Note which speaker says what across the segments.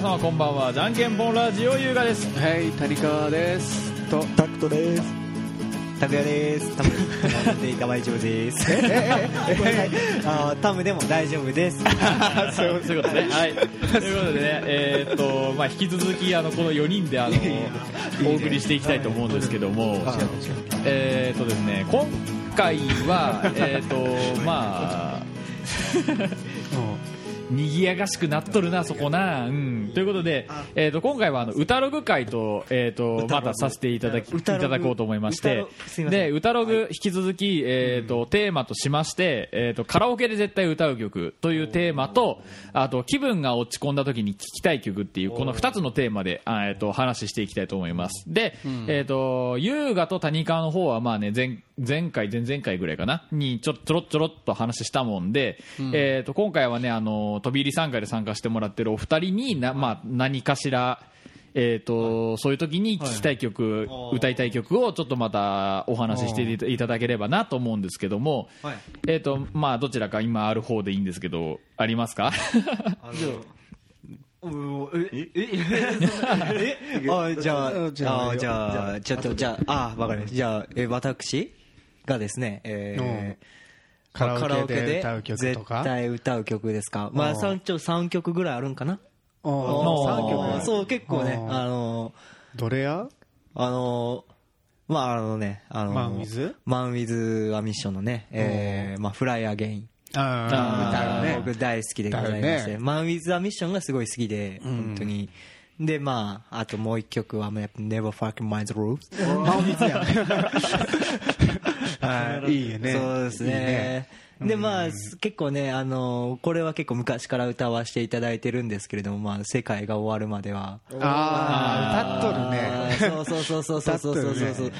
Speaker 1: 様こんばんはじゃんけんぽんラジオ優雅 です
Speaker 2: はい、谷川です。と、
Speaker 3: タクトです。タクヤです。タムで大丈夫です。ごめんなさいあータムでも大丈夫です。
Speaker 1: そういうことそういうことね。はい。ということでね、えーっと、まあ、引き続き、あの、この4人で、あの、お送りしていきたいと思うんですけども、えーっとですね、今回 は、えーっと、まあ、賑やかしくなっとるな、そこな。うん。ということで、えーっと、今回は、あの、歌ログ会と、えーっと、またさせていただき、いた
Speaker 3: 歌ログ
Speaker 1: だこうと思いまして
Speaker 3: 歌ログすい、ません
Speaker 1: で、歌ログ引き続き、えー、とテーマとしまして、えー、とカラオケで絶対歌う曲というテーマとあと気分が落ち込んだ時に聴きたい曲っていうこの2つのテーマで、あえー、と話していきたいと思いますで、えー、と優雅と谷川の方はまあ、ね、前前回前々回ぐらいかなにちょちょろっちょろっと話したもんで、えー、と今回はねあの飛び入り参加で参加してもらってるお二人にな、まあ、何かしらえーとそういう時に聴きたい曲、歌いたい曲をちょっとまたお話ししていただければなと思うんですけども、
Speaker 3: はい
Speaker 1: えーとまあ、どちらか今ある方でいいんですけどありますか
Speaker 3: あのええええあじゃああじ
Speaker 2: じゃあ
Speaker 3: ゃあじゃあちょっとじゃああわかりましたじゃあえ私がですねえー
Speaker 4: カラオケで歌う曲と
Speaker 3: 絶
Speaker 4: か
Speaker 3: 対歌う曲ですかまあ三ちょ三曲ぐらいあるんかな
Speaker 2: お
Speaker 1: ー
Speaker 3: 3曲そう結構ね
Speaker 4: うん
Speaker 3: あの
Speaker 4: どれや
Speaker 3: あのーまああのね、あのー
Speaker 4: マンウィズ
Speaker 3: マンウィズはミッションのね、えー、まあフライアゲイン。
Speaker 4: あ
Speaker 2: だよね
Speaker 3: 僕大好きでございまし
Speaker 4: だ
Speaker 3: て、
Speaker 4: よね
Speaker 3: マンウィズはミッションがすごい好きで、本当に。で、まあ、あともう一曲は、やっぱ Never Fucking Mind the Rules。
Speaker 4: あマンウィズやんいいよね
Speaker 3: そうですね。
Speaker 4: いい
Speaker 3: でまあ、結構ね、あのーこれは結構昔から歌わせていただいてるんですけれども、まあ、世界が終わるまでは、
Speaker 4: ああ歌っとる
Speaker 3: あ
Speaker 4: ね
Speaker 3: ーそうそうそうそうそうそう
Speaker 4: 歌
Speaker 3: そう
Speaker 4: っと
Speaker 3: そ
Speaker 4: る
Speaker 3: う、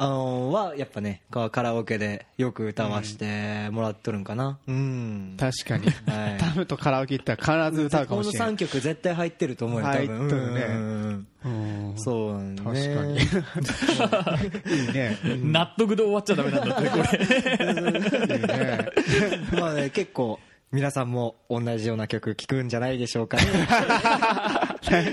Speaker 3: あのーはやっぱねカカラオケでよく歌わしてもらっとるんかなうん、
Speaker 4: 確かに
Speaker 3: はい
Speaker 4: タムとカラオケ行ったら必ず歌うかも
Speaker 3: この
Speaker 4: しれな
Speaker 3: 3
Speaker 4: い
Speaker 3: 曲絶対入ってると思うよ多分
Speaker 4: 入っとるね
Speaker 3: うんうんうん
Speaker 4: うん
Speaker 3: そうなんだ、
Speaker 4: 確
Speaker 3: ね、
Speaker 4: かにいいね
Speaker 1: 納得で終わっちゃダメなんだってこれ
Speaker 4: いいね
Speaker 3: まあね結構皆さんも同じような曲聴くんじゃないでしょう か
Speaker 4: 確かに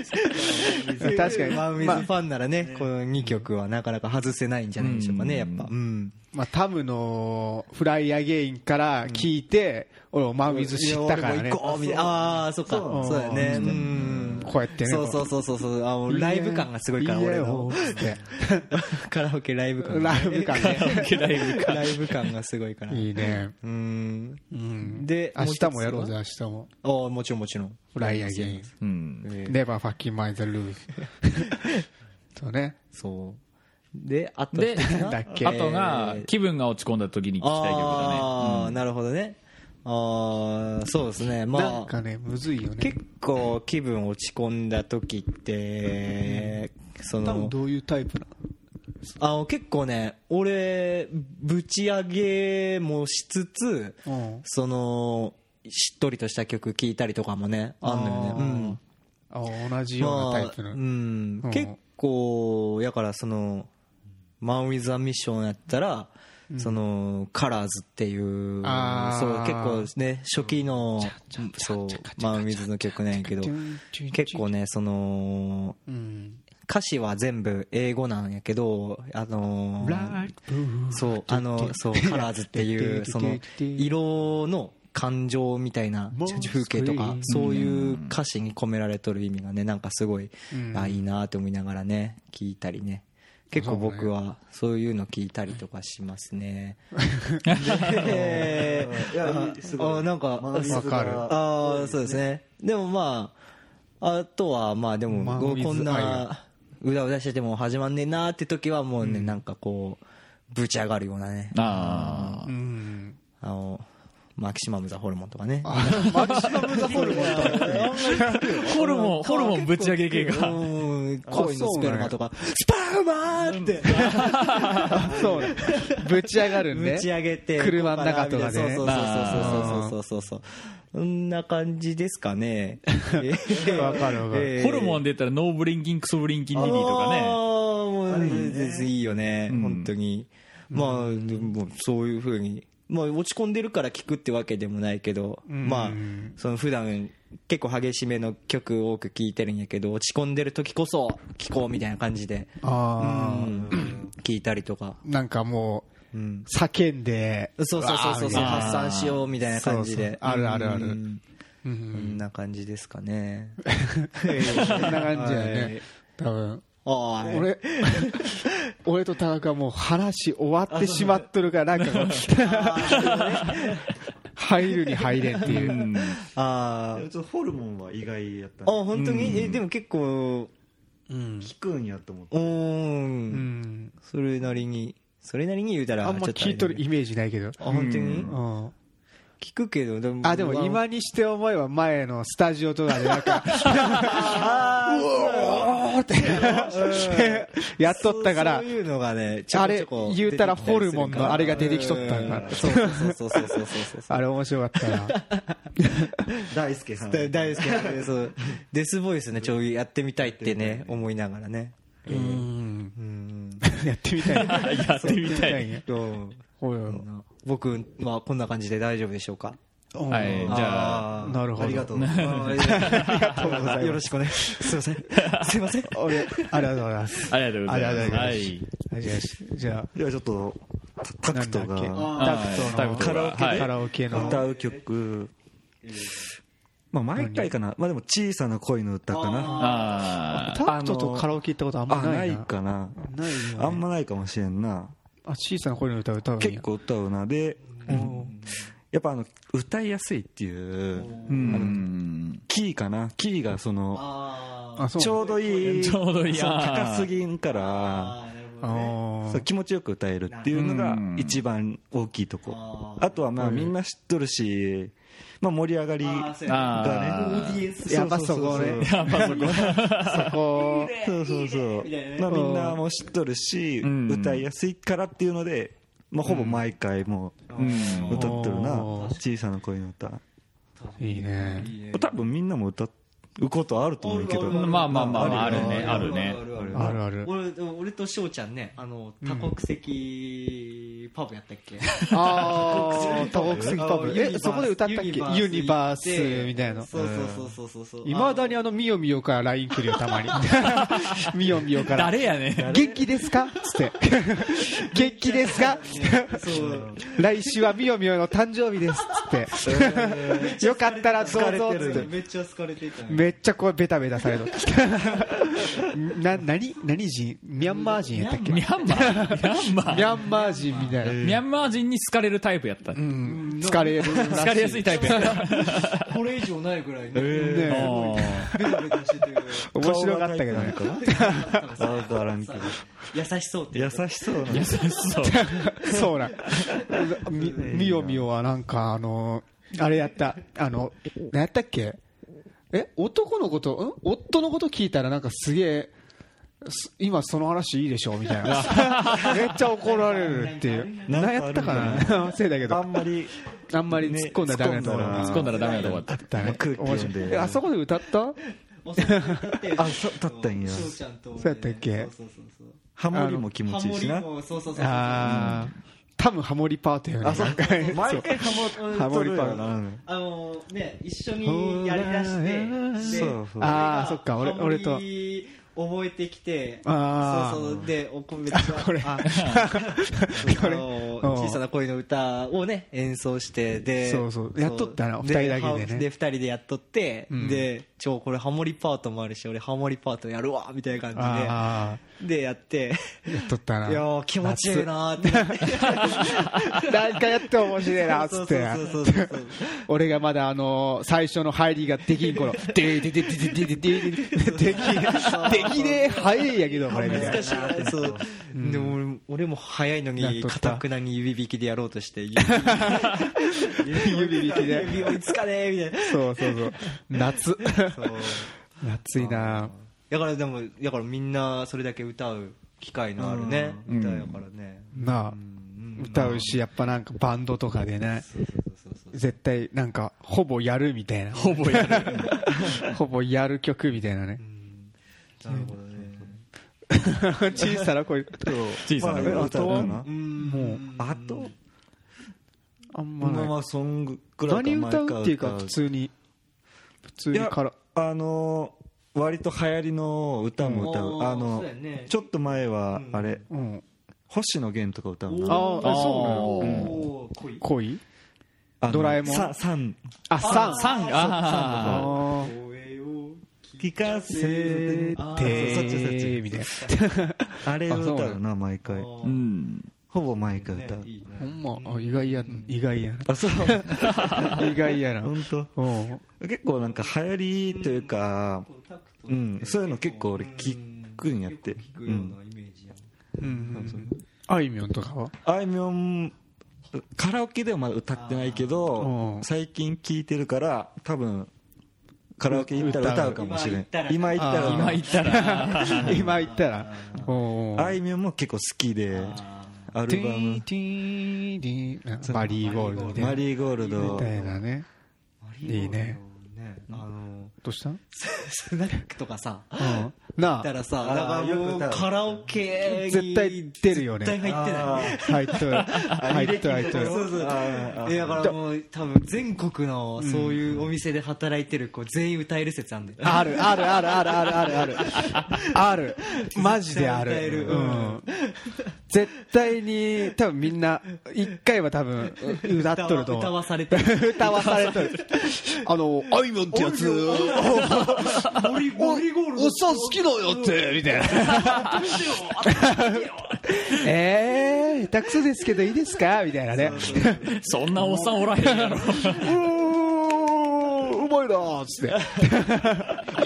Speaker 3: マンウィズ
Speaker 4: まあ
Speaker 3: ファンならね、この2曲はなかなか外せないんじゃないでしょうかねやっぱうん
Speaker 4: まあタムのフライアゲインから聞いて俺もマンウィズ知ったから
Speaker 3: い
Speaker 4: ね
Speaker 3: や俺も行こうみたいなああーそっか
Speaker 4: そう
Speaker 3: そうだよねうん
Speaker 4: こうやってね
Speaker 3: そうそうそうそうそうあのライブ感がすごいから
Speaker 4: いいね
Speaker 3: 俺の
Speaker 4: いいね
Speaker 3: カラオケライブ感
Speaker 4: ライブ感ね
Speaker 1: ライブ
Speaker 3: ライブ感がすごいから
Speaker 4: いいね
Speaker 3: うん
Speaker 4: うん
Speaker 3: で
Speaker 4: 明日もやろうぜ
Speaker 3: あ
Speaker 4: 明日も
Speaker 3: あもちろんもちろん
Speaker 4: フライアゲイン
Speaker 1: うん、
Speaker 3: えー
Speaker 4: Never fucking mind the rules そうね
Speaker 3: そうであと
Speaker 1: で
Speaker 4: だっけ
Speaker 1: あとが気分が落ち込んだ時に聴きたい曲だね
Speaker 3: ああーなるほどねああそうですね
Speaker 4: な
Speaker 3: ま
Speaker 4: ん
Speaker 3: あ
Speaker 4: かねむずいよね
Speaker 3: 結構気分落ち込んだ時ってそ
Speaker 4: 多
Speaker 3: の
Speaker 4: 分どういうタイプな
Speaker 3: あの結構ね俺ぶち上げもしつつ
Speaker 4: の
Speaker 3: そのしっとりとした曲聴いたりとかもねあんのよねうん
Speaker 4: あ同じようなタイプ
Speaker 3: まあ
Speaker 4: の
Speaker 3: うん
Speaker 4: うん
Speaker 3: 結構やからそのマン・ウィズ・ア・ミッションやったら、そのカラーズっていう
Speaker 4: あ
Speaker 3: そう結
Speaker 4: ー
Speaker 3: 構ね初期のそうマン・ウィズの曲なんやけど結構ねその
Speaker 4: うん
Speaker 3: 歌詞は全部英語なんやけどあのーそうあのそうカラーズって いうその色の感情みたいな風景とかそういう歌詞に込められとる意味がねなんかすごい、
Speaker 4: うん
Speaker 3: あいいなって思いながらね聞いたりね結構僕はそういうの聞いたりとかします ね。であなんか
Speaker 4: わかる
Speaker 3: ああそうですねでもまああとはまあでも
Speaker 4: まあ
Speaker 3: こう
Speaker 4: with
Speaker 3: こん
Speaker 4: iron
Speaker 3: な うだうだしてても始まんねえなーって時はもうね、なんかこうぶち上がるようなね
Speaker 1: あー
Speaker 4: うん
Speaker 3: あのマキシマム・ザ・ホルモンとかね
Speaker 4: マキシマムザホルモン
Speaker 1: ホルモンホルモンぶち上げ系
Speaker 3: う
Speaker 1: が
Speaker 3: ん恋のスペルマとかスパウマーって
Speaker 4: そうねぶち上がるんで
Speaker 3: ぶち上げて
Speaker 4: 車の中とかでね
Speaker 3: そうそうそうそうそうそうそうそうそんな感じですかね
Speaker 4: わかるわかる
Speaker 3: えー
Speaker 1: ホルモンで言ったらノーブリンキンクソブリンキンリリーとか
Speaker 3: あー
Speaker 1: ね
Speaker 3: もう全然いいよね、
Speaker 1: ん
Speaker 3: 本当に。まあ、でもそういうふうにまあ、落ち込んでるから聴くってわけでもないけど、まあ、その普段結構激しめの曲多く聴いてるんやけど落ち込んでる時こそ聴こうみたいな感じで
Speaker 4: ああ、
Speaker 3: 聴いたりとか、
Speaker 4: なんかもう、
Speaker 3: うん、
Speaker 4: 叫んで、
Speaker 3: そうそうそうそうそう
Speaker 4: わーみたいな
Speaker 3: 発散しようみたいな感じ
Speaker 4: そうそう
Speaker 3: で
Speaker 4: あるあるある
Speaker 3: うん
Speaker 4: う
Speaker 3: こ
Speaker 4: ん、
Speaker 3: んな感じです かね
Speaker 4: そんな感じやね。多分。
Speaker 3: ああ
Speaker 4: 俺、俺と田中はもう話終わってしまっとるから、なんかこう、入るに入れんっていう。
Speaker 3: あー
Speaker 5: ちょっとホルモンは意外やった
Speaker 3: あ本当に、えでも結構
Speaker 4: うん
Speaker 5: 聞くんやと思って
Speaker 3: うーんそれなりにそれなりに言うたら
Speaker 4: あんま
Speaker 3: ちょっあ
Speaker 4: 聞
Speaker 3: れ
Speaker 4: いと
Speaker 3: だ
Speaker 4: る
Speaker 3: け
Speaker 4: イ
Speaker 3: ど
Speaker 4: メージないけど。
Speaker 3: あ本当に、
Speaker 4: う
Speaker 3: あ
Speaker 4: ん
Speaker 3: 聞くけどでも
Speaker 4: あ、でも今にして思えば前のスタジオとかでなん か、うおーって、 やっとったから
Speaker 3: そうそう、いうのがねち
Speaker 4: あ
Speaker 3: ょこち
Speaker 4: れ
Speaker 3: ょこ、
Speaker 4: 言うたら
Speaker 3: 出てき
Speaker 4: ホ
Speaker 3: りする
Speaker 4: ルモンのあれが出てきとったんか
Speaker 3: か
Speaker 4: ら
Speaker 3: うんそうそうそうそうそうそうそう
Speaker 4: あれ面白かったな。
Speaker 5: 大輔さん
Speaker 3: だ大好きなんでそうデスボイスねちょいやってみたいってね思いながらね
Speaker 4: うん
Speaker 3: うん
Speaker 4: やってみたい。やってみたい。
Speaker 3: どう
Speaker 4: おい
Speaker 3: こんな僕はこんな感じで大丈夫でしょうか
Speaker 4: おい
Speaker 1: はいじゃあ
Speaker 3: あー
Speaker 4: なるほど。
Speaker 5: ありがとう
Speaker 3: ありがとうございますよろしくお願いすいませんすいません
Speaker 4: 俺、ありがとうございます。
Speaker 1: ありがとうございます。
Speaker 4: あ
Speaker 1: は
Speaker 4: り
Speaker 1: い。
Speaker 4: はいじゃあ、じゃ
Speaker 5: ではちょっとタタクト
Speaker 4: なんだっけ
Speaker 5: が
Speaker 1: あー
Speaker 4: タ
Speaker 1: タ
Speaker 4: クトの
Speaker 1: クトが
Speaker 4: あ、
Speaker 1: はい
Speaker 4: カラオケの。
Speaker 5: 歌う曲まあ毎回かなまあでも小さな恋の歌かな
Speaker 1: あー
Speaker 4: タクトとカラオケ行ったことあんま
Speaker 5: あ
Speaker 4: な
Speaker 5: ないい
Speaker 4: な。
Speaker 5: かな
Speaker 4: ないよね
Speaker 5: あんまないかもしれんな
Speaker 4: あ、小さな声の歌歌うんや
Speaker 5: 結。構歌うなでやっぱあの歌いやすいっていう
Speaker 1: うん。
Speaker 5: キーかなキーがその
Speaker 4: あ、そう。
Speaker 5: ちょうどいい
Speaker 1: ちょうどいい
Speaker 5: そう
Speaker 1: あー
Speaker 5: 高すぎんから
Speaker 4: あー
Speaker 5: そう気持ちよく歌えるっていうのが一番大きいとこあとはまあみんな知っとるし、まあ、盛り上がりが
Speaker 1: あ
Speaker 5: ね
Speaker 4: やっぱそこね。
Speaker 1: やっぱそこ。
Speaker 4: そこ。
Speaker 5: そうそうそうまあみんなも知っとるし
Speaker 1: ん
Speaker 5: 歌いやすいからっていうので、まあ、ほぼ毎回もう歌っとるな
Speaker 4: うん
Speaker 5: 小さな恋の歌
Speaker 4: いいね。
Speaker 5: 多分みんなも歌うことはあると思うけど
Speaker 1: まあまあまあまあ、あるね、あるね。
Speaker 4: あるある。
Speaker 3: 俺でも俺と翔ちゃんねあの多国籍パブやったっけ、
Speaker 4: ああ、多国籍パブ。
Speaker 3: ユニ
Speaker 4: え、
Speaker 3: バース
Speaker 4: そこで歌ったっけユニバースみたいな。
Speaker 3: そうそうそうそうそう
Speaker 4: いまだにあの、みよみよから LINE 来るよ、たまに。みよみよから。
Speaker 1: 誰やね
Speaker 4: 元気ですかつって。元気ですか
Speaker 3: そう
Speaker 4: 来週はみよみよの誕生日です。つって。よかったらどうぞ。つって。
Speaker 3: めっちゃ好かれてた
Speaker 4: めっちゃこうベタベタされる。 な、何何人ミャンマー人やったっけミ
Speaker 1: ミャンマーミャンマー
Speaker 4: ャンマー人みたいな。
Speaker 1: ミャンマー人に好かれるタイプやった。好
Speaker 4: うん疲れるらしい。
Speaker 1: かれやすいタイプやった。
Speaker 3: これ以上ないぐらいね
Speaker 4: ね
Speaker 1: あー
Speaker 3: ベタベタしてて
Speaker 4: 面白かったけどね。
Speaker 5: わか らんけど
Speaker 3: 優しそうって
Speaker 5: 優しそうな
Speaker 1: 優しそう。
Speaker 4: そうなん。み、みよみよはなんか、あの、あれやった、あの、何やったっけえ、男のこと、ん夫のこと聞いたらなんかすげえ、す今その話いいでしょみたいな。 めっちゃ怒られるっていう。
Speaker 5: なんかあ
Speaker 4: 何
Speaker 5: る
Speaker 4: やったか
Speaker 5: な
Speaker 4: な 忘れたけ
Speaker 5: あ
Speaker 4: ど。
Speaker 5: んまり
Speaker 4: あんまり突っ込んだらダメだと思う。
Speaker 5: ね
Speaker 1: 突っ込んだらダメなとこやった。
Speaker 4: ダメ
Speaker 5: 空気読んで
Speaker 4: 面白いえあそこで歌った
Speaker 5: あそうだったんや
Speaker 3: 翔ちゃんと俺
Speaker 4: そうやったっけ
Speaker 3: そうそうそうそう
Speaker 5: ハモリも気持
Speaker 3: ハ
Speaker 5: ちいい
Speaker 3: モ
Speaker 5: し
Speaker 3: リ
Speaker 5: な
Speaker 3: もそうそうそうあ
Speaker 4: ああ、多分ハモリパートやね。
Speaker 5: 毎回ハ
Speaker 4: ハモ
Speaker 5: モリ
Speaker 4: リ
Speaker 5: パ
Speaker 4: パ
Speaker 5: ー
Speaker 4: ー
Speaker 5: な
Speaker 3: のね一緒にやりだしてで
Speaker 5: そうそう
Speaker 4: あー
Speaker 3: 俺が
Speaker 4: そっか俺
Speaker 3: ハモリ
Speaker 4: 俺と
Speaker 3: 覚えてきて
Speaker 4: あー
Speaker 3: そうそうでお米が これあ
Speaker 4: これ
Speaker 3: の
Speaker 4: うん
Speaker 3: 小さな恋の歌をね演奏してで
Speaker 4: そうそうやっとったな
Speaker 3: そう
Speaker 4: 二人だけでね
Speaker 3: ハで二人でやっとってでちょこれハモリパートもあるし俺ハモリパートやるわみたいな感
Speaker 4: あ
Speaker 3: じででやって
Speaker 4: あ、やっとったな。
Speaker 3: いやー気持ちいいなーってなって
Speaker 4: 何回やっても面白いなっつって
Speaker 3: そうそうそうそうそう
Speaker 4: 俺がまだあの最初の入りができん頃でででででででででできねえ早いやけどこれみたい
Speaker 3: 難しいなそうでも俺俺も早いのにかたくなに指引きでやろう として指
Speaker 4: な指引きで
Speaker 3: 追いつかねえみたいな
Speaker 4: そうそうそう夏夏いな
Speaker 3: だからでもだからみんなそれだけ歌う機会のあるね歌やからね
Speaker 4: なあ歌うしやっぱなんかバンドとかでね絶対なんかほぼやるみたいなほぼやる ほぼやる曲みたいなね
Speaker 3: なるほどね
Speaker 4: 小さな声
Speaker 5: 小
Speaker 1: さな
Speaker 5: 歌だな
Speaker 4: もう
Speaker 5: あと
Speaker 4: あんま
Speaker 5: まあ
Speaker 4: ない
Speaker 5: まあそんぐらい
Speaker 4: 何歌
Speaker 5: 毎回
Speaker 4: うっていうか普通に普通
Speaker 5: い
Speaker 4: に
Speaker 5: や
Speaker 4: から
Speaker 5: あのー割と流行りの歌も歌う
Speaker 3: うん
Speaker 5: あの
Speaker 3: そうやね
Speaker 5: ちょっと前はあれ
Speaker 4: うん
Speaker 5: 星野源とか歌う
Speaker 4: あー
Speaker 5: な
Speaker 4: あそうなの
Speaker 1: おー
Speaker 3: おー濃い
Speaker 4: 恋
Speaker 5: あの
Speaker 4: ドラえもん
Speaker 5: ささん
Speaker 4: あさん
Speaker 1: 三あー
Speaker 4: あ
Speaker 3: 声を
Speaker 5: 聞かせて
Speaker 4: ー
Speaker 5: そっちそっち
Speaker 4: みたいな
Speaker 5: あれを歌
Speaker 4: あそう
Speaker 5: うな毎回
Speaker 1: うん
Speaker 5: ほぼ毎回歌う
Speaker 3: いいね
Speaker 4: ほんまあ意外や意外や
Speaker 5: あそう
Speaker 4: な意外やな
Speaker 5: 本当
Speaker 4: うん
Speaker 5: 結構なんか流行りというかうんそういうの結構俺聞くんやって
Speaker 3: 結構聞くようなイメージやん
Speaker 4: うんあいみょんとか は
Speaker 5: あいみょんカラオケではまだ歌ってないけ
Speaker 4: う
Speaker 5: ど
Speaker 4: ん
Speaker 5: 最近聴いてるから多分カラオケ行ったら歌うかもしれん今行ったら
Speaker 1: 今言ったら
Speaker 4: 今言ったらうん
Speaker 5: あいみょんも結構好きでアル
Speaker 4: ティ
Speaker 5: バム
Speaker 4: ーティーティーマリーゴールドみたいな
Speaker 5: マリーゴールド
Speaker 4: みたいなねいいね
Speaker 3: ねあの
Speaker 4: どうしたうん
Speaker 3: スナックとかさ行
Speaker 4: な
Speaker 3: った
Speaker 4: あ
Speaker 3: らさ
Speaker 5: あ
Speaker 3: なんか
Speaker 5: よく歌う
Speaker 3: カラオケに
Speaker 4: 絶対出るよね
Speaker 3: 絶対入ってな
Speaker 4: 入
Speaker 3: い
Speaker 4: っとる入っとる入っとる
Speaker 3: そうそう
Speaker 5: あー
Speaker 3: えだからもう多分全国のそういうお店で働いてる子全員歌える説あんだよ
Speaker 4: あるあるあるあるあるあるあるあるマジである
Speaker 3: 絶対歌える
Speaker 4: うん、絶対に多分みんな一回は多分歌っとると
Speaker 3: 歌
Speaker 4: 思う
Speaker 3: わされてる
Speaker 4: 歌わされとるあのあいみょんってやつ
Speaker 3: ゴリゴリゴール
Speaker 4: おっさん好きだよってみたいな えー、下手くそですけどいいですかみたいなね
Speaker 1: そんなおっさんおらへんやろ
Speaker 4: うーんうまいなーっつって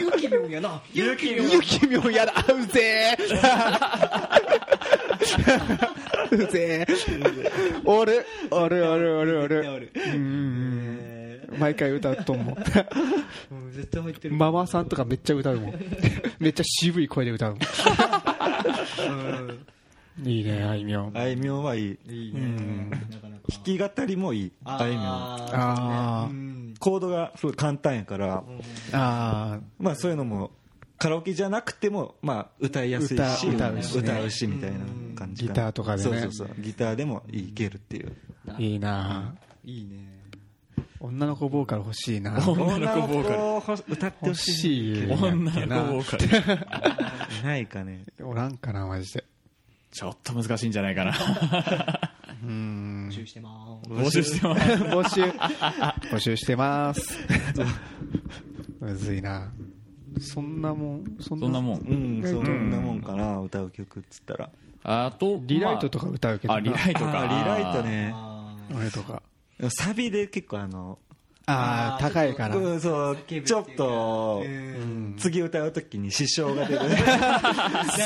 Speaker 3: ゆきみょんやなゆきみょん
Speaker 4: ゆきみょんやらうぜーうぜーおるおるおるおるお
Speaker 3: お
Speaker 4: る
Speaker 3: る
Speaker 4: うん毎回歌うと思う
Speaker 3: うん絶対入ってる
Speaker 4: ママさんとかめっちゃ歌うもんめっちゃ渋い声で歌うもんいいねあいみょん
Speaker 5: あいみょんはいい
Speaker 3: いいねなかなか
Speaker 5: 弾き語りもいいあいみょん
Speaker 4: あ
Speaker 3: う
Speaker 4: ー
Speaker 3: ん
Speaker 5: コードがすごい簡単やから
Speaker 4: あー
Speaker 5: まあそういうのもカラオケじゃなくてもまあ歌いやすいし
Speaker 4: 歌歌うしね
Speaker 5: 歌うしみたいな感じ
Speaker 4: ギターとかでね
Speaker 5: そうそうそうギターでもいけるっていう
Speaker 4: いいない
Speaker 3: いね
Speaker 4: 女の子ボーカル欲しいな
Speaker 1: 女の子ボーカル
Speaker 5: カル歌ってほ
Speaker 4: 欲
Speaker 5: しい
Speaker 4: しい
Speaker 1: 女の子ボーカル
Speaker 5: いないかね
Speaker 4: おらんかなマジで
Speaker 1: ちょっと難しいんじゃないかな
Speaker 3: 募集してまーす
Speaker 1: 募集してます
Speaker 4: 募集募集してますむずいなそんなもんそん
Speaker 1: そんなもん
Speaker 5: うんそうそんなもんかな歌う曲っつったら
Speaker 1: あと
Speaker 4: リライトとか歌うけど
Speaker 1: ま
Speaker 4: な
Speaker 1: ああリライトか
Speaker 5: あーリライトね
Speaker 3: あ
Speaker 4: あれとか
Speaker 5: サビで結構あの
Speaker 4: ああ
Speaker 3: ー
Speaker 4: 高いから
Speaker 5: うんそ
Speaker 3: 叫
Speaker 5: う
Speaker 3: ぶっていうか
Speaker 5: ちょっと
Speaker 3: うん
Speaker 5: 次歌う時に支障が出る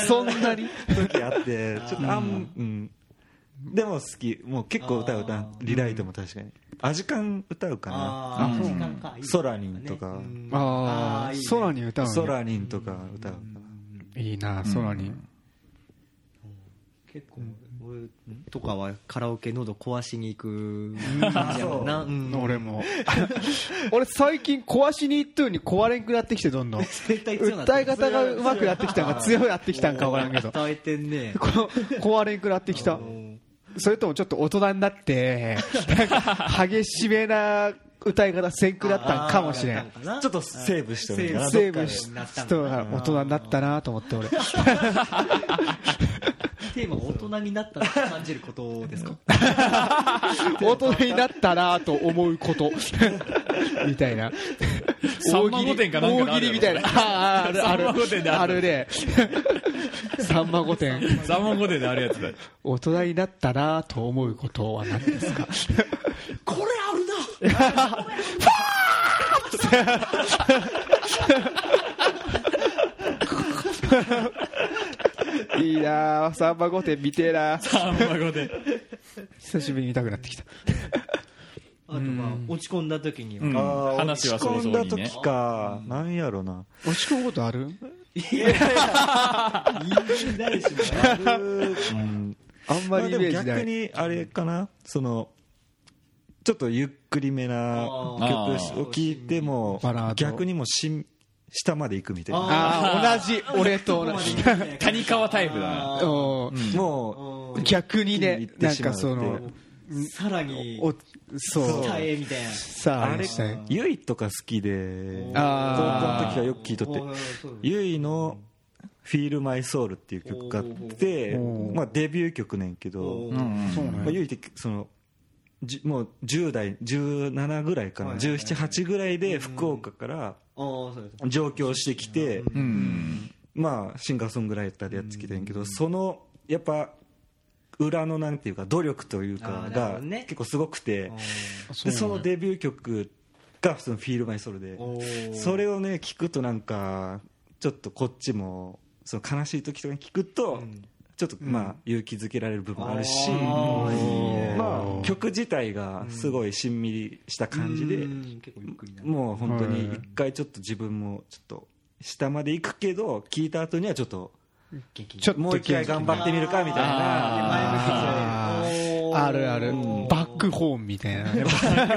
Speaker 4: そんなに
Speaker 5: 時あってちょっとあん、うん、でも好きもう結構歌う歌う
Speaker 3: あー
Speaker 5: リライトも確かにアジカン歌うかな
Speaker 3: あー時間かいいね
Speaker 5: ソラニンとか
Speaker 3: うん
Speaker 4: あ
Speaker 3: あーい
Speaker 4: あ
Speaker 3: いね
Speaker 4: 空に歌う
Speaker 5: ソ
Speaker 4: の
Speaker 5: ラニンとか歌うか
Speaker 4: いいな空に
Speaker 3: 結構俺とかはカラオケ喉壊しに行く感じやもんなうん
Speaker 4: 俺も俺最近壊しに行っとるに壊れんくなってきてどんどん
Speaker 3: 絶対強なって
Speaker 4: 訴え方が上手くなってきたんか強くなってきたんか分からん けど
Speaker 3: 伝えてんね
Speaker 4: この壊れんくなってきたそれともちょっと大人に なってなんか激しめな歌い方せんくなったんかもしれん
Speaker 5: なちょっとセーブしてるんだな
Speaker 4: セー
Speaker 5: ど
Speaker 4: ブ
Speaker 5: っかで
Speaker 4: しとが大人になったなと思 って俺
Speaker 3: テーマが大人になったって感じることですか
Speaker 4: 大人になったなと思うこと みたいな
Speaker 1: さんま御殿かなんかのあるやろ
Speaker 4: 大喜利みたいなあーある
Speaker 1: さ
Speaker 4: あ
Speaker 1: んま御殿であ
Speaker 4: るあ
Speaker 1: る
Speaker 4: るねさんま御殿
Speaker 1: ザモンゴデであるやつだ
Speaker 4: 大人になったなと思うことは何ですか
Speaker 3: これあるな
Speaker 4: いいなさんま御殿見てえな
Speaker 1: ザモンゴデ
Speaker 4: 久しぶりに見たくなってきた
Speaker 3: あとまあ落ち込んだ時には
Speaker 1: うん
Speaker 5: あー
Speaker 1: 話はそろそろ
Speaker 5: 落
Speaker 1: に
Speaker 5: ち込ん
Speaker 1: ね
Speaker 5: だ時かなんやろな
Speaker 4: 落ち込むことある
Speaker 3: 人間誰しもね
Speaker 5: うん
Speaker 4: あんまりイメージ
Speaker 5: ま
Speaker 4: な
Speaker 5: あでも逆
Speaker 4: い、
Speaker 5: にあれかなそのちょっとゆっくりめな
Speaker 1: あー
Speaker 5: 曲を聴いても
Speaker 4: バラード
Speaker 5: 逆にもうし下まで行くみたいな
Speaker 4: ああー同じ俺と同じ
Speaker 1: 谷川タイプだな
Speaker 4: うん
Speaker 5: もう
Speaker 4: 逆に
Speaker 5: 一気に
Speaker 4: ね
Speaker 5: 行っ
Speaker 4: な
Speaker 5: て
Speaker 4: ん
Speaker 5: し
Speaker 4: か
Speaker 5: まうって
Speaker 4: その
Speaker 3: さらに
Speaker 4: おそう
Speaker 3: 伝えみたいな
Speaker 4: さあ
Speaker 5: あ
Speaker 4: あれ
Speaker 5: れ
Speaker 4: したい
Speaker 5: ゆいとか好きで高校
Speaker 4: あー
Speaker 5: の時はよく聴いとって
Speaker 3: おーそう
Speaker 5: ゆいの「フィールマイソウルっていう曲があって
Speaker 4: おー
Speaker 5: まあデビュー曲ねんけど
Speaker 3: お
Speaker 5: ま
Speaker 3: ー
Speaker 4: そう
Speaker 5: あゆいってそのじもう10代17ぐらいかな
Speaker 3: はいはいはい
Speaker 5: 178ぐらいで福岡から
Speaker 3: おーそうです
Speaker 5: 上京してきて
Speaker 1: うん
Speaker 5: まあシンガーソングライターでやってきてんけどそのやっぱ裏のなんていうか努力というか
Speaker 3: あーなるほど
Speaker 5: が
Speaker 3: ね
Speaker 5: 結構すごくて
Speaker 3: お
Speaker 5: でそのデビュー曲がその「フィールマイソウルで
Speaker 3: ー
Speaker 5: それをね聞くとなんかちょっとこっちもその悲しい時とかに聞くと、ちょっとまあ勇気づけられる部分もあるし、
Speaker 3: あーいいね
Speaker 5: まあ、曲自体がすごいしんみりした感じで、
Speaker 3: うん結構ゆっくりな
Speaker 5: もう本当に
Speaker 4: はい
Speaker 5: 一回ちょっと自分もちょっと下まで行くけど聞いた後にはちょっと
Speaker 3: 元気に
Speaker 4: ちょっと
Speaker 5: もう一回頑張ってみるかみたいな。
Speaker 4: あ
Speaker 3: おー
Speaker 4: あるあるバックホーンみたい な
Speaker 3: なるほど
Speaker 5: だか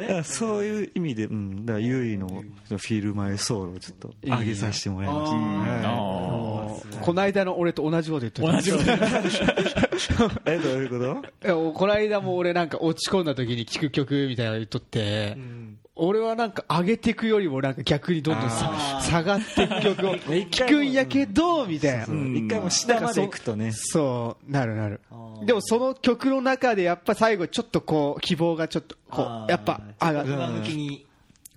Speaker 5: ら
Speaker 3: ね
Speaker 5: そういう意味で、うん、だからゆいの「フィール・マイ・ソウル」をちょっと上げさせてもらいました、はい
Speaker 1: あ
Speaker 4: この間の俺と同じこと言って
Speaker 1: ー同じ こと
Speaker 5: えどういうこと
Speaker 4: いやこの間も俺なんか落ち込んだ時に聴く曲みたいなの言っとって、俺はなんか上げていくよりもなんか逆にどんどんさ
Speaker 3: あー
Speaker 4: 下がっていく曲 を聴くんやけどみたいな
Speaker 5: うん一回も下まで行くとね
Speaker 4: そうなるなる
Speaker 3: ー
Speaker 4: でもその曲の中でやっぱ最後ちょっとこう希望がちょっとこ
Speaker 3: あ
Speaker 4: う
Speaker 3: ー
Speaker 4: やっぱ上が
Speaker 3: ちょっと
Speaker 4: う
Speaker 3: 上向
Speaker 4: ん
Speaker 3: きに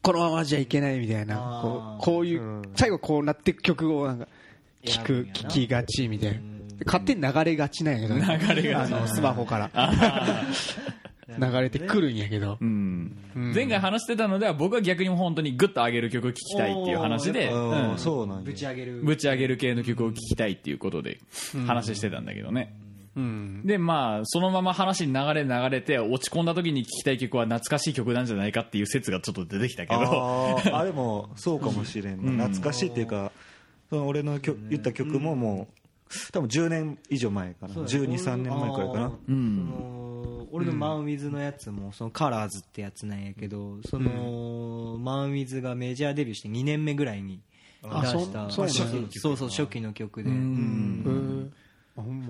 Speaker 4: このままじゃいけないみたいなこ
Speaker 3: あ
Speaker 4: う
Speaker 3: ー
Speaker 4: こういううん最後こうなっていく曲をなんか聴
Speaker 3: 選ぶん
Speaker 4: く
Speaker 3: やな
Speaker 4: 聴きがちみたいな勝手に流れがちなんやけどね
Speaker 1: 流れがち
Speaker 4: あのスマホから 流れてくるんやけど
Speaker 1: うん前回話してたのでは僕は逆に本当にグッと上げる曲を聴きたいっていう話で、
Speaker 5: おーうんそうなんや
Speaker 3: ぶち上げる
Speaker 1: ぶち上げる系の曲を聴きたいっていうことで話してたんだけどね、
Speaker 4: うん
Speaker 1: でまあそのまま話に流れ流れて落ち込んだ時に聴きたい曲は懐かしい曲なんじゃないかっていう説がちょっと出てきたけど
Speaker 5: あーあでもそうかもしれんな、懐かしいっていうかその俺の曲言った曲ももう多分10年以上前かな1 2 3年前くらいか
Speaker 3: あ
Speaker 5: な
Speaker 3: ーその俺のマンウィズのやつもそのカラーズってやつなんやけどその、マンウィズがメジャーデビューして2年目ぐらいに出
Speaker 4: あ
Speaker 3: した
Speaker 4: そうそう
Speaker 3: 初
Speaker 4: なんや
Speaker 3: 期そうそう初期の曲で、
Speaker 4: う
Speaker 3: うん
Speaker 4: んあほんま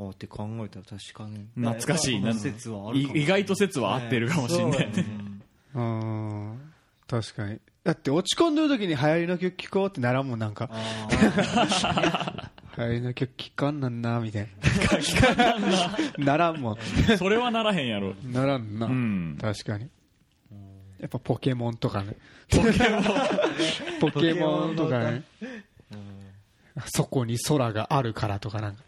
Speaker 3: あーって考えたら確かに
Speaker 1: 懐かしい
Speaker 3: この
Speaker 1: な
Speaker 3: 説はあるかも
Speaker 1: 意外と説は合ってるかもしれないね
Speaker 4: うーん確かにだって落ち込んでる時に流行りの曲聴こうってならんもんなんか
Speaker 3: あー
Speaker 4: 流行りの曲聴かんなんなみたいなならんも
Speaker 1: それはならへんやろ
Speaker 4: んならんな、
Speaker 1: ん
Speaker 4: 確かにやっぱポケモンとかね
Speaker 1: ポケモン
Speaker 4: ポケモンとかねそこに空があるからとかなんか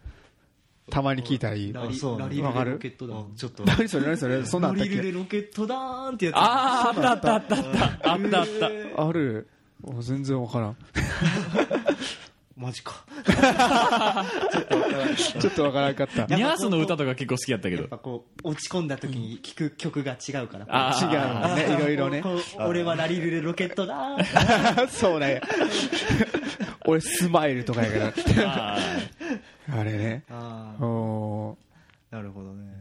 Speaker 4: たまに聞いたらいい
Speaker 3: ラリ
Speaker 5: そう
Speaker 3: ラリル
Speaker 4: わか
Speaker 3: レ
Speaker 4: る
Speaker 3: ロケットだーん
Speaker 5: ちょっと
Speaker 4: 何それ何それそんなんあっ
Speaker 3: ラ
Speaker 4: たっ
Speaker 3: リルレ
Speaker 4: け
Speaker 3: ロケットだーんってやつ
Speaker 1: あああったあったあったあったあった
Speaker 4: あるお全然わからん
Speaker 3: マジか
Speaker 4: ちょっとわからんかった
Speaker 1: ニャースの歌とか結構好きやったけ
Speaker 3: や
Speaker 1: ど
Speaker 3: っぱこう落ち込んだ時に聴く曲が違うから
Speaker 1: あ
Speaker 4: 違うもん ねいろいろね
Speaker 3: こうこう俺はラリルレロケットだー
Speaker 4: そう ね。俺、スマイルとかやか
Speaker 1: あー
Speaker 4: ら。あれね。
Speaker 3: あ
Speaker 4: お
Speaker 3: なるほどね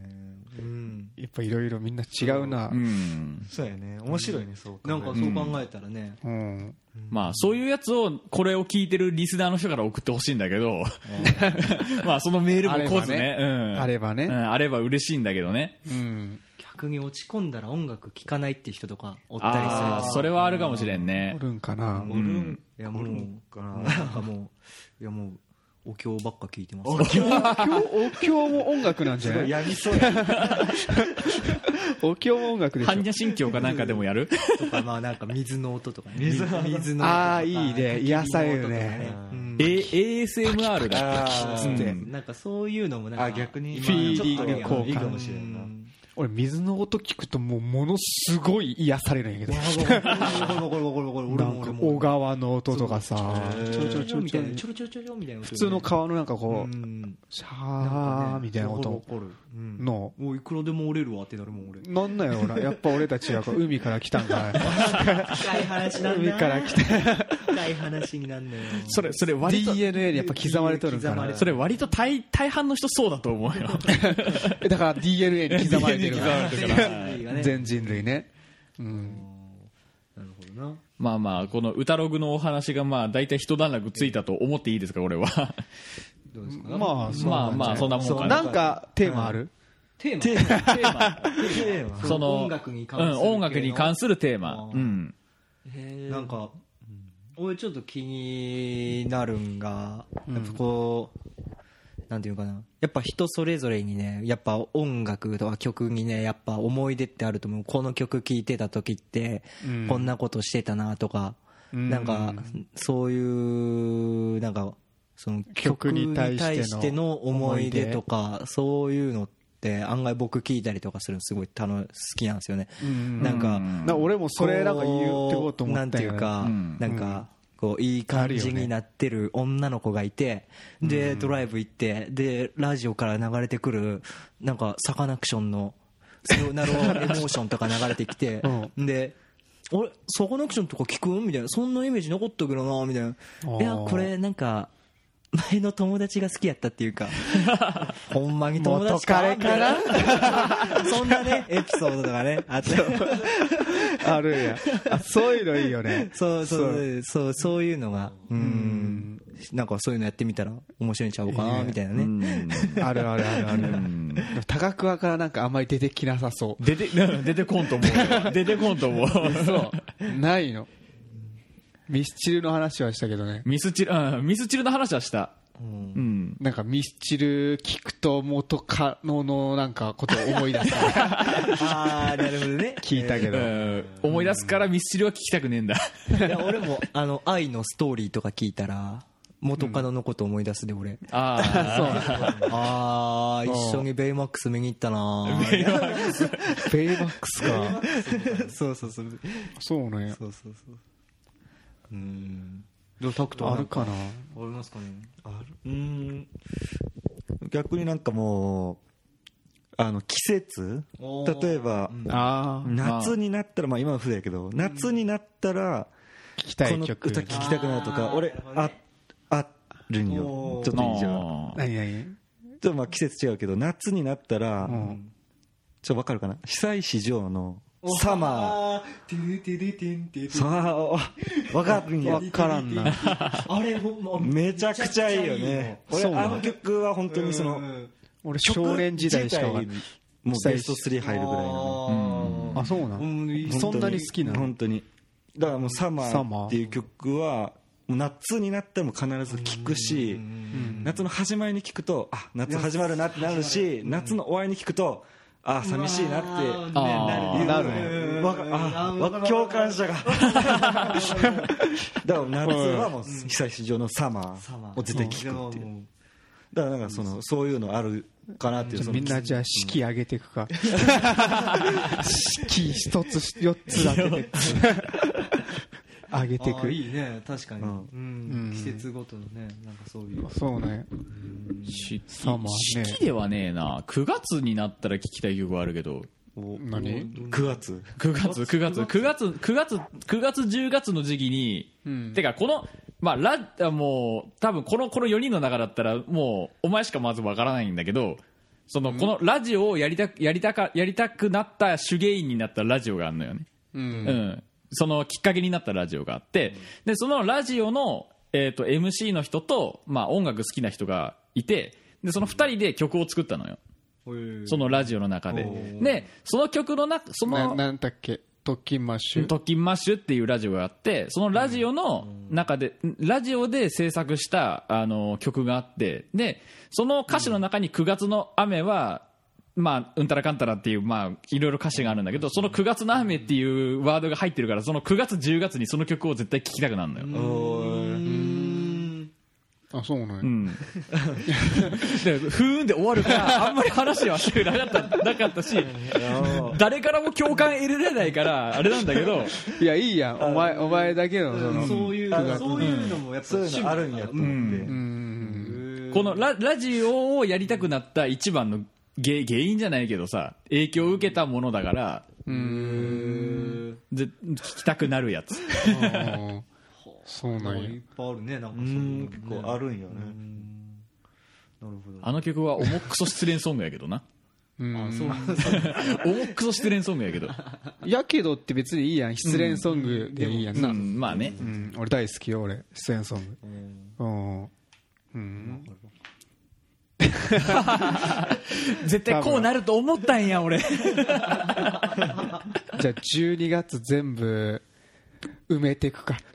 Speaker 3: うん
Speaker 4: ーやっぱいろいろみんな違うな
Speaker 1: う。ん
Speaker 5: そうやね面白いねそう
Speaker 3: なんかそう考えたらね、
Speaker 4: うん。
Speaker 1: まあそういうやつをこれを聞いてるリスナーの人から送ってほしいんだけど まあそのメールも来ずねうん
Speaker 4: あればね
Speaker 1: うんあれば嬉しいんだけどね
Speaker 4: うん。
Speaker 3: 逆に落ち込んだら音楽聴かないっていう人とかおったりする
Speaker 1: ああそれはあるかもしれんね
Speaker 4: おるんかな。
Speaker 5: おるん
Speaker 3: いやもう
Speaker 5: おるんかな
Speaker 3: なんかもういやもうお経ばっか聞いてます
Speaker 4: お経も音楽なんじゃない
Speaker 5: やりそうやね
Speaker 4: お経も音楽でしょ
Speaker 1: 般。若心経かなんかでもやる
Speaker 3: とかまあなんか水の音とかね水の音とか
Speaker 4: あーいいね癒されるね
Speaker 3: うん
Speaker 1: え ASMR だ
Speaker 5: あ
Speaker 1: う
Speaker 5: ー
Speaker 1: ん
Speaker 3: なんかそういうのもなんか
Speaker 5: あ逆に
Speaker 3: 今
Speaker 4: フィーリング
Speaker 3: ちょっと
Speaker 4: 効
Speaker 3: いい
Speaker 4: 果
Speaker 3: かもしれんな
Speaker 4: 俺、水の音聞くともうものすごい癒されるんやけど。
Speaker 3: これこれこれこれ
Speaker 4: な
Speaker 3: 俺
Speaker 4: んか
Speaker 3: も俺、も
Speaker 4: 小川の音とかさ。
Speaker 3: ちょろちょろちょろみたいな
Speaker 4: 普
Speaker 3: ちょろちょろちょろみたいな普
Speaker 4: 通の川のなんかこう、
Speaker 3: ん
Speaker 4: シャーみたいな
Speaker 3: わ
Speaker 4: 音
Speaker 3: かるうん
Speaker 4: の。
Speaker 3: もういくらでも折れるわってなるもん俺
Speaker 4: なんなんやろな。やっぱ俺たちはこう海から来たんかな。
Speaker 3: 深い話なん
Speaker 4: 海
Speaker 3: だ
Speaker 4: から来た。
Speaker 3: 深い話になんだよ
Speaker 1: それそれ割と
Speaker 4: DNA にやっぱ刻まれとるんか
Speaker 3: 刻まれ
Speaker 4: ら
Speaker 3: と
Speaker 1: それ割と大大半の人そうだと思うよ
Speaker 4: えだから DNA に刻まれてるか
Speaker 1: DNA に刻
Speaker 3: まれてるからら
Speaker 4: 全人類ねうん
Speaker 3: なるほどな
Speaker 1: まあまあこの歌ログのお話がまあ大体一段落ついたと思っていいですかこれは
Speaker 3: どうですか
Speaker 4: まあそう
Speaker 1: まあ
Speaker 4: なんじゃ
Speaker 1: ま
Speaker 4: な
Speaker 1: あ
Speaker 4: い
Speaker 1: そんなもん
Speaker 4: そ
Speaker 1: か
Speaker 4: う
Speaker 1: な
Speaker 4: なんかテーマある
Speaker 3: テ
Speaker 1: テ
Speaker 3: ー
Speaker 1: ーマ
Speaker 3: マ
Speaker 5: テーマ
Speaker 1: その
Speaker 3: その音楽に関
Speaker 1: う
Speaker 3: する
Speaker 1: ん、
Speaker 3: 系の
Speaker 1: 音楽に関するテーマ
Speaker 3: あー
Speaker 1: うん
Speaker 3: なんか、俺ちょっと気になるんが、やっぱこう、なんていうかな、やっぱ人それぞれにね、やっぱ音楽とか曲にね、やっぱ思い出ってあると思う。この曲聴いてた時って、こんなことしてたなとか、なんか、そういう、なんか、その
Speaker 4: 曲
Speaker 3: 曲
Speaker 4: に
Speaker 3: に
Speaker 4: 対
Speaker 3: 対
Speaker 4: しての
Speaker 3: しての思い出とか、そういうのって案外僕聞いたりとかするのすごい楽好きなんですよね。なんか、
Speaker 1: うん
Speaker 4: な俺もそれなんか言ってこうと思
Speaker 3: な
Speaker 4: っ
Speaker 3: ん
Speaker 4: た
Speaker 3: てい
Speaker 4: よ、
Speaker 3: う
Speaker 4: ね、
Speaker 3: か、
Speaker 1: ん
Speaker 3: なんかこういい感じになってる女の子がいて、でドライブ行ってでラジオから流れてくるなんかサカナクションのさよならエモーションとか流れてき て、で俺サカナクションとか聞くみたいなそんなイメージ残ったけどなみたいないやこれなんか前の友達が好きやったっていう かほんまに友達か
Speaker 4: 元彼
Speaker 3: みたいな そんなねエピソードとかねあって
Speaker 4: あるんやあそういうのいいよね
Speaker 3: そうそうそうそういうのがうんなんかそういうのやってみたら面白いんちゃうかなみたいな
Speaker 1: う
Speaker 3: ね
Speaker 1: ん
Speaker 4: あるあるあるある高桑からなんかあんまり出てきなさそ
Speaker 1: 出て うん出てこんと思う出てこんと思う
Speaker 4: うないのミスチルの話はしたけどね
Speaker 1: ミスチル、うん、ミスチルの話はしたうん
Speaker 4: なんかミスチル聞くと元カノのなんかことを思い出す
Speaker 3: ああなるほどね
Speaker 4: 聞いたけ
Speaker 1: う
Speaker 4: ど、
Speaker 1: ん思い出すからミスチルは聞きたくねえんだ
Speaker 3: いや俺もあの愛のストーリーとか聞いたら元カノのこと思い出すで俺
Speaker 1: ああ
Speaker 3: ああ一緒にベイマックス見に行ったなー
Speaker 4: ベイマックスか
Speaker 3: そうそうそう
Speaker 4: そうね
Speaker 3: そうそうそううんでもタクト
Speaker 4: あるかな
Speaker 3: ありますかね
Speaker 5: あるうーん逆になんかもうあの季節
Speaker 3: おー
Speaker 5: 例えば、
Speaker 4: ああ
Speaker 5: 夏になったらまあ今は冬やけど夏になったら
Speaker 4: 聞き
Speaker 5: こ
Speaker 4: たい
Speaker 5: の歌
Speaker 4: 曲
Speaker 5: 聴きたくなると
Speaker 3: あ
Speaker 5: か
Speaker 3: ー
Speaker 5: 俺
Speaker 3: なるほど
Speaker 5: あ
Speaker 3: ね
Speaker 5: あるんよ
Speaker 3: おー
Speaker 5: ちょっといいじゃん
Speaker 1: あ
Speaker 4: 何何
Speaker 5: ちょっとまあ季節違うけど夏になったら、
Speaker 4: ん
Speaker 5: ちょっとわかるかな久石譲のサマー
Speaker 3: あーてるてるてんてる
Speaker 5: さあわかるんや
Speaker 4: わからんな
Speaker 3: あれほんま
Speaker 5: めちゃくちゃいいよね俺あの曲は本当にその
Speaker 3: うん
Speaker 4: 俺
Speaker 5: 曲
Speaker 4: 少年時代しかわかんない
Speaker 5: 自体もうベスト3入るぐらいの
Speaker 3: あー
Speaker 4: あそうな
Speaker 3: うんんいい
Speaker 5: ね
Speaker 4: うんそんなに好きなの
Speaker 5: 本当にだからもう「サマ
Speaker 4: サマ
Speaker 5: ー
Speaker 4: ー
Speaker 5: っていう曲はもう夏になっても必ず聴くし夏の始まりに聴くとあ夏始まるなってなるし夏の終わりに聴くとあ寂しいなって
Speaker 1: あー
Speaker 4: なる
Speaker 5: うんわかあわ共感 者がだから夏はもう久石譲の「サマーを絶対聴くっていうだからなんかそのそういうのあるかなっていうその
Speaker 4: みんなじゃあ式上げていくか式一つ四つだけ で上げてい
Speaker 3: あー
Speaker 4: く
Speaker 3: いいね確かに
Speaker 5: うん
Speaker 3: うん季節ごとのねなんかそういう
Speaker 4: そうね
Speaker 1: 四季
Speaker 4: サマーね
Speaker 1: 四季ではねえな9月になったら聞きたい曲はあるけど
Speaker 4: 何
Speaker 5: 9月
Speaker 1: 9月9月9月9月9月10月の時期に、てかこのまあラもう多分このこの4人の中だったらもうお前しかまずわからないんだけどそのこのラジオをやりたくやりたかやりたくなった手芸員になったラジオがあるのよねうん、そのきっかけになったラジオがあって、でそのラジオの、えー、と MC の人と、まあ、音楽好きな人がいてでその2人で曲を作ったのよ、そのラジオの中ででその曲の中そ
Speaker 4: な
Speaker 1: の
Speaker 4: なんだっけ特勤マッシュ
Speaker 1: トッキンマッシュっていうラジオがあってそのラジオの中で、ラジオで制作したあの曲があってでその歌詞の中に「9月の雨は」まあ、うんたらかんたらっていう、まあ、いろいろ歌詞があるんだけどその9月の雨っていうワードが入ってるからその9月10月にその曲を絶対聴きたくなるのよ、
Speaker 4: あそうね、
Speaker 1: うん、でふーんで終わるからあんまり話はしてなかったなかったし誰からも共感得られないからあれなんだけど
Speaker 4: いやいいやんお前お前だけのその
Speaker 3: そういう
Speaker 5: あ
Speaker 3: そういうのもやっぱ
Speaker 5: そういうのあるんやと思って、
Speaker 1: このララジオをやりたくなった一番の原原因じゃないけどさ影響を受けたものだからぜ聞きたくなるやつ
Speaker 4: うんそうなんや
Speaker 3: いっぱいあるねなんかそう
Speaker 5: う
Speaker 3: い
Speaker 5: ん
Speaker 3: うの
Speaker 5: 結構あるんよね、
Speaker 1: あの曲は重くそ失恋ソングやけど な
Speaker 4: うん
Speaker 1: 重くそ失恋ソングやけど、
Speaker 4: やけどって別にいいやん失恋ソングでいいやん
Speaker 1: う
Speaker 4: な、うん
Speaker 1: ん、まあね
Speaker 4: 俺大好きよ俺失恋ソングうん、うん
Speaker 1: 絶対こうなると思ったんや俺
Speaker 4: じゃあ12月全部埋めていくか
Speaker 5: 好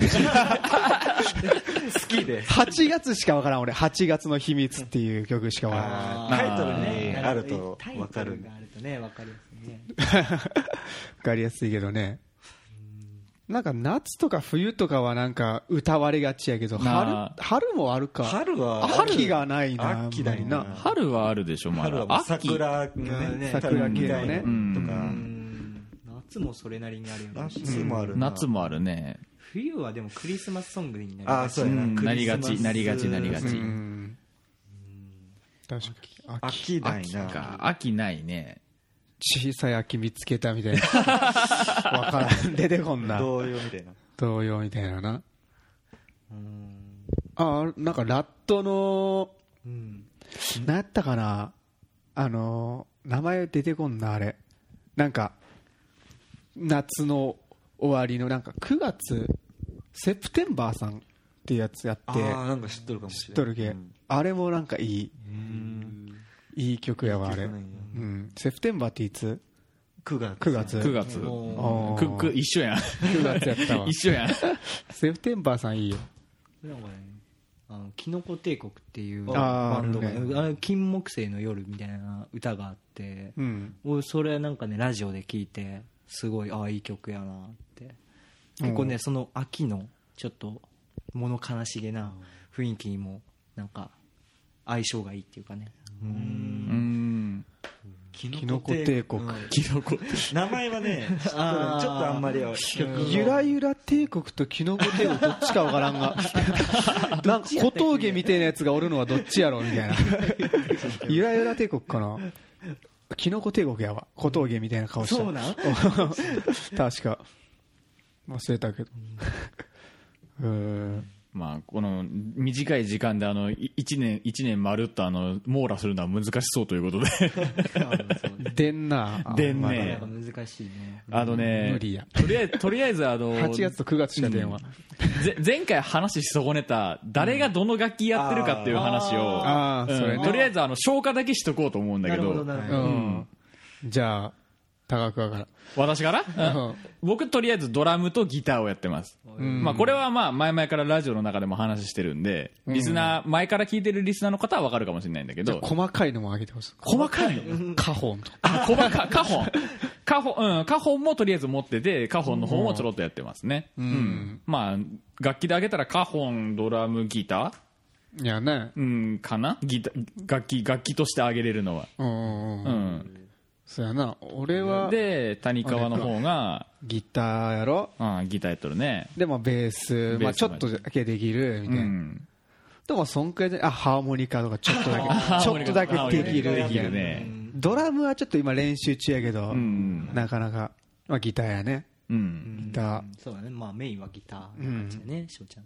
Speaker 5: きで
Speaker 4: 8月しかわからん俺8月の秘密っていう曲しかわからん
Speaker 3: あー
Speaker 5: タイトルにあると
Speaker 3: タイ
Speaker 5: 分か
Speaker 3: ト
Speaker 5: る
Speaker 3: ル
Speaker 5: んで
Speaker 3: があるとね分かりますね
Speaker 4: わかりやすいけどねなんか夏とか冬とかはなんか歌われがちやけど春
Speaker 1: な
Speaker 4: 春もあるか
Speaker 5: 春は
Speaker 4: あ秋がないな
Speaker 5: 秋だよ
Speaker 4: あんま
Speaker 5: な
Speaker 1: 春はあるでしょま
Speaker 5: 春
Speaker 1: だ
Speaker 5: はもう
Speaker 1: 秋
Speaker 5: 桜がね
Speaker 4: 桜系のね
Speaker 5: うんと
Speaker 1: う
Speaker 5: か
Speaker 3: うん夏もそれなりにあるよね
Speaker 5: 夏もあるな
Speaker 1: 夏もあるね
Speaker 3: 冬はでもクリスマスソングになり
Speaker 5: あー
Speaker 3: ます
Speaker 5: そうや
Speaker 1: うん
Speaker 5: な
Speaker 1: なりがち
Speaker 5: クリスマス
Speaker 1: なりがちなりがち
Speaker 4: うん確かに秋
Speaker 5: 秋だよ
Speaker 1: 秋
Speaker 5: な
Speaker 1: か秋ないね
Speaker 4: 小さい秋見つけたみたい なわからん出てこんな
Speaker 5: 同様みたいな
Speaker 4: 同様みたいななあなんかラットの何やったかなあの名前出てこんなあれなんか夏の終わりのなんか9月セプテンバーさんっていうやつやっ
Speaker 5: あ
Speaker 4: て
Speaker 5: ーなんか知っとるかもし
Speaker 4: 知っ
Speaker 5: れ
Speaker 4: と
Speaker 5: な
Speaker 4: る
Speaker 5: い
Speaker 4: け、
Speaker 5: うん
Speaker 4: あれもなんかいい
Speaker 5: うん
Speaker 4: いい曲やわあれ
Speaker 5: いいう曲なんや
Speaker 4: んセプテンバーっていつ
Speaker 5: 9月
Speaker 4: 9月
Speaker 1: 9月
Speaker 4: おー
Speaker 1: くく一緒やん
Speaker 4: 9月やった わ
Speaker 1: 一緒やん
Speaker 4: セプテンバーさんいいよ
Speaker 3: なんかねあのキノコ帝国っていう
Speaker 4: あー
Speaker 3: バンドが
Speaker 4: あるね
Speaker 3: あの金木犀の夜みたいな歌があって
Speaker 4: うん
Speaker 3: 俺それなんかねラジオで聞いてすごいああいい曲やなって結構ねその秋のちょっと物悲しげな雰囲気にもなんか相性がいいっていうかね
Speaker 1: うん
Speaker 5: キ
Speaker 4: キノコ帝国
Speaker 5: うん
Speaker 1: キノコ
Speaker 5: 名前はね知っとるちょっと
Speaker 3: あー
Speaker 5: あんまりは
Speaker 4: ゆらゆら帝国とキノコ帝国どっちかわからんがなんか小峠みたいなやつがおるのはどっちやろみたいなゆらゆら帝国かなキノコ帝国やわ小峠みたいな顔した
Speaker 3: そうな ん
Speaker 4: 確か忘れたけどうーん
Speaker 1: まあこの短い時間であのい一年一年まるっとあの網羅するのは難しそうということで
Speaker 4: でんな
Speaker 1: でん
Speaker 4: ま
Speaker 1: ね
Speaker 4: だ
Speaker 3: なんか難しいね
Speaker 1: あのね
Speaker 4: 無理や
Speaker 1: とりあえずとりあえずあの
Speaker 4: 8月と9月しか出んわ、
Speaker 1: ぜ前回話し損ねた誰がどの楽器やってるかっていう話を
Speaker 4: あーあー
Speaker 1: うん
Speaker 4: それね
Speaker 1: とりあえずあの消化だけしとこうと思うんだ
Speaker 3: な
Speaker 1: け
Speaker 3: るほ
Speaker 1: ど
Speaker 3: どなるほ
Speaker 4: う
Speaker 3: ど
Speaker 4: んじゃあ高桑から
Speaker 1: 私から、
Speaker 4: ん
Speaker 1: うん僕とりあえずドラムとギターをやってます、まあ、これはまあ前々からラジオの中でも話してるんでリスナー、前から聞いてるリスナーの方は分かるかもしれないんだけど
Speaker 4: 細かいのもあげてほしい
Speaker 1: 細かいの
Speaker 4: カホンとか
Speaker 1: あ細かいカホンカホン、うん、カホンもとりあえず持っててカホンの方もちょろっとやってますね、うんまあ楽器であげたらカホンドラムギター
Speaker 4: いやね
Speaker 1: うん、かなギタ楽器楽器としてあげれるのは、
Speaker 4: うんうんう
Speaker 1: うんん、
Speaker 4: そうやな俺は
Speaker 1: で谷川の方が、
Speaker 4: ギターやろ
Speaker 1: うん、ギターやっとるね
Speaker 4: でもベー
Speaker 1: ベー
Speaker 4: スまあ、
Speaker 1: スまで
Speaker 4: ちょっとだけできるみ
Speaker 1: う
Speaker 4: たいな、
Speaker 1: ん
Speaker 4: でもそんくらいであハーモニカとかちょっとだ けちょっとだけできる
Speaker 1: で
Speaker 4: み
Speaker 1: き
Speaker 4: た
Speaker 1: る
Speaker 4: いな、
Speaker 1: ね
Speaker 4: ドラムはちょっと今練習中やけど、
Speaker 1: ん
Speaker 4: なかなか、まあ、ギターやね
Speaker 1: うん
Speaker 4: ギタ
Speaker 3: そうだねまあメインはギターな感じだね翔ちゃん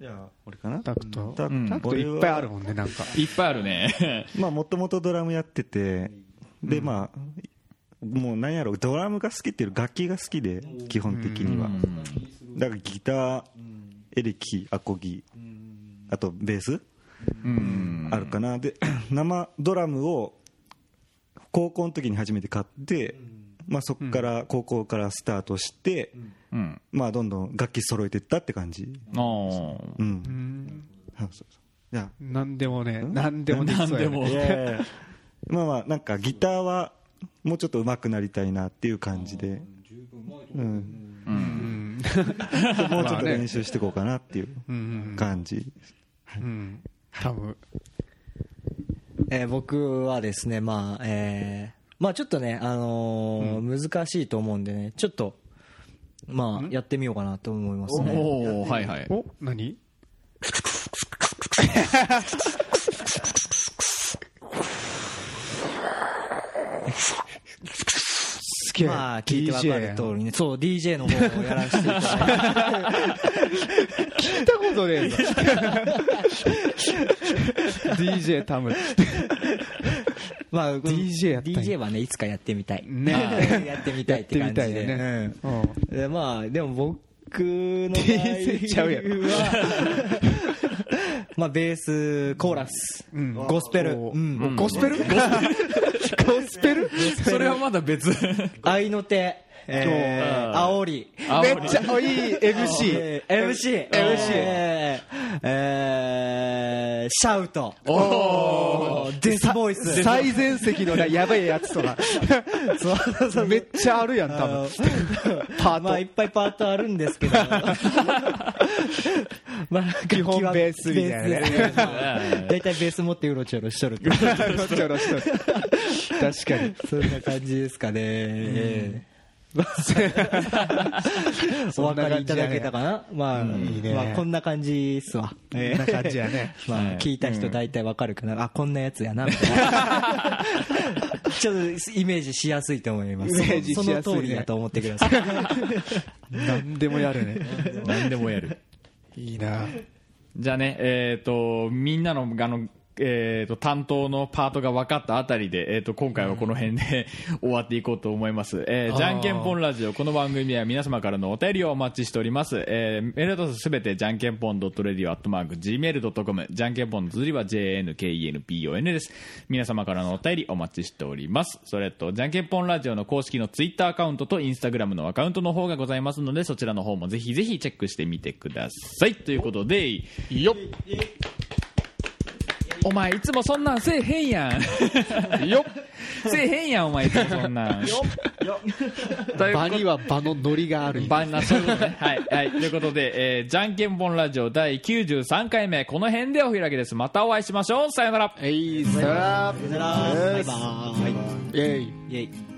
Speaker 5: じゃあ俺かな
Speaker 4: ータクト、
Speaker 5: タ
Speaker 1: うん
Speaker 4: タクトいっぱいあるもんねなんか
Speaker 1: いっぱいあるね
Speaker 5: まあもともとドラムやっててでまあもう何やろうドラムが好きっていうより楽器が好きで基本的にはだからギターエレキアコギあとベース
Speaker 1: うん
Speaker 5: あるかなで 生ドラムを高校の時に初めて買ってまあそこから高校からスタートして
Speaker 1: うん
Speaker 5: まあどんどん楽器揃えていったって感じ
Speaker 1: あー
Speaker 5: うんそうそうじゃあ
Speaker 4: なんでもねなんでもできそうや、ね、
Speaker 1: なんでも
Speaker 5: いやいやいやまあまあなんかギターはもうちょっと上手くなりたいなっていう感じで、うん、
Speaker 4: うん
Speaker 5: もうちょっ
Speaker 4: まあ
Speaker 5: と
Speaker 4: ね
Speaker 5: 練習していこうかなっていう
Speaker 4: うん
Speaker 5: 感じ、
Speaker 4: うん多分
Speaker 3: えー僕はですね、まあ、えーまあちょっとね、あのー難しいと思うんでね、ちょっと、まあやってみようかなと思いますね。
Speaker 1: おおはいはい
Speaker 4: お何すげえ
Speaker 3: まあ聞いてわかる
Speaker 4: DJ
Speaker 3: 通りね、そう、DJ の方をやらせていた だいて、
Speaker 4: 聞いたことねえぞ DJ タム
Speaker 3: まあ、
Speaker 4: DJ やったんや
Speaker 3: DJ はね、いつかやってみたい。
Speaker 4: ね
Speaker 3: やってみたいって感じ
Speaker 4: やって
Speaker 3: で。
Speaker 4: みたいよね
Speaker 3: うんでまあ、でも僕の場合は、
Speaker 4: ちゃうやろ
Speaker 3: まあ、ベース、コーラス、
Speaker 4: ん
Speaker 3: ゴスペル、
Speaker 4: お
Speaker 3: うん
Speaker 4: ゴスペルゴスペル
Speaker 1: それはまだ別
Speaker 3: 愛の手、えー、煽り、
Speaker 4: めっちゃいい MC
Speaker 3: えー MC、えーえーシャウト、おデスボイ ス、
Speaker 4: 最前席のねやばいやつとか
Speaker 3: そうそうそう
Speaker 4: めっちゃあるやん多分パート
Speaker 3: まあ、いっぱいパートあるんです けどまあ
Speaker 4: 基本ベースみたいなね
Speaker 3: ベースですね大体ベース持ってうろちょろし とるっていう
Speaker 4: ちょろちょろ確かに
Speaker 3: そんな感じですかね、ええお分かりいただけたかなまあ
Speaker 4: いいね
Speaker 3: まあ、こんな感じっすわ、
Speaker 4: こんな感じやね
Speaker 3: まあ、聞いた人大体わかるかな、あこんなやつやなみた いなちょっとイメージしやすいと思います
Speaker 4: イメージしやすいね
Speaker 3: その通りだと思ってください
Speaker 4: 何でもやるね
Speaker 1: 何でもやる
Speaker 4: いいな
Speaker 1: じゃあねえっ、とみんなのあのえー、と担当のパートが分かったあたりで、えー、と今回はこの辺で終わっていこうと思います、えーじゃんけんぽんラジオこの番組は皆様からのお便りをお待ちしております、えーメールアドレスすべてじゃんけんぽん .radio.gmail.com じゃんけんぽんの綴りは jnknpon です皆様からのお便りお待ちしておりますそれとじゃんけんぽんラジオの公式のツイッターアカウントとインスタグラムのアカウントの方がございますのでそちらの方もぜひぜひチェックしてみてくださいということでよっお前いつもそんなんせえへんやんよっせえへんやんお前いつもそんなんよっという
Speaker 4: 場には場のノリがある
Speaker 1: バンナそういうことねはい、はい、ということで、えーじゃんけんぽんラジオ第93回目この辺でお開きですまたお会いしましょうさよなら
Speaker 4: えいさよなら
Speaker 3: さよならバイバイ
Speaker 4: イェイ
Speaker 3: イェイ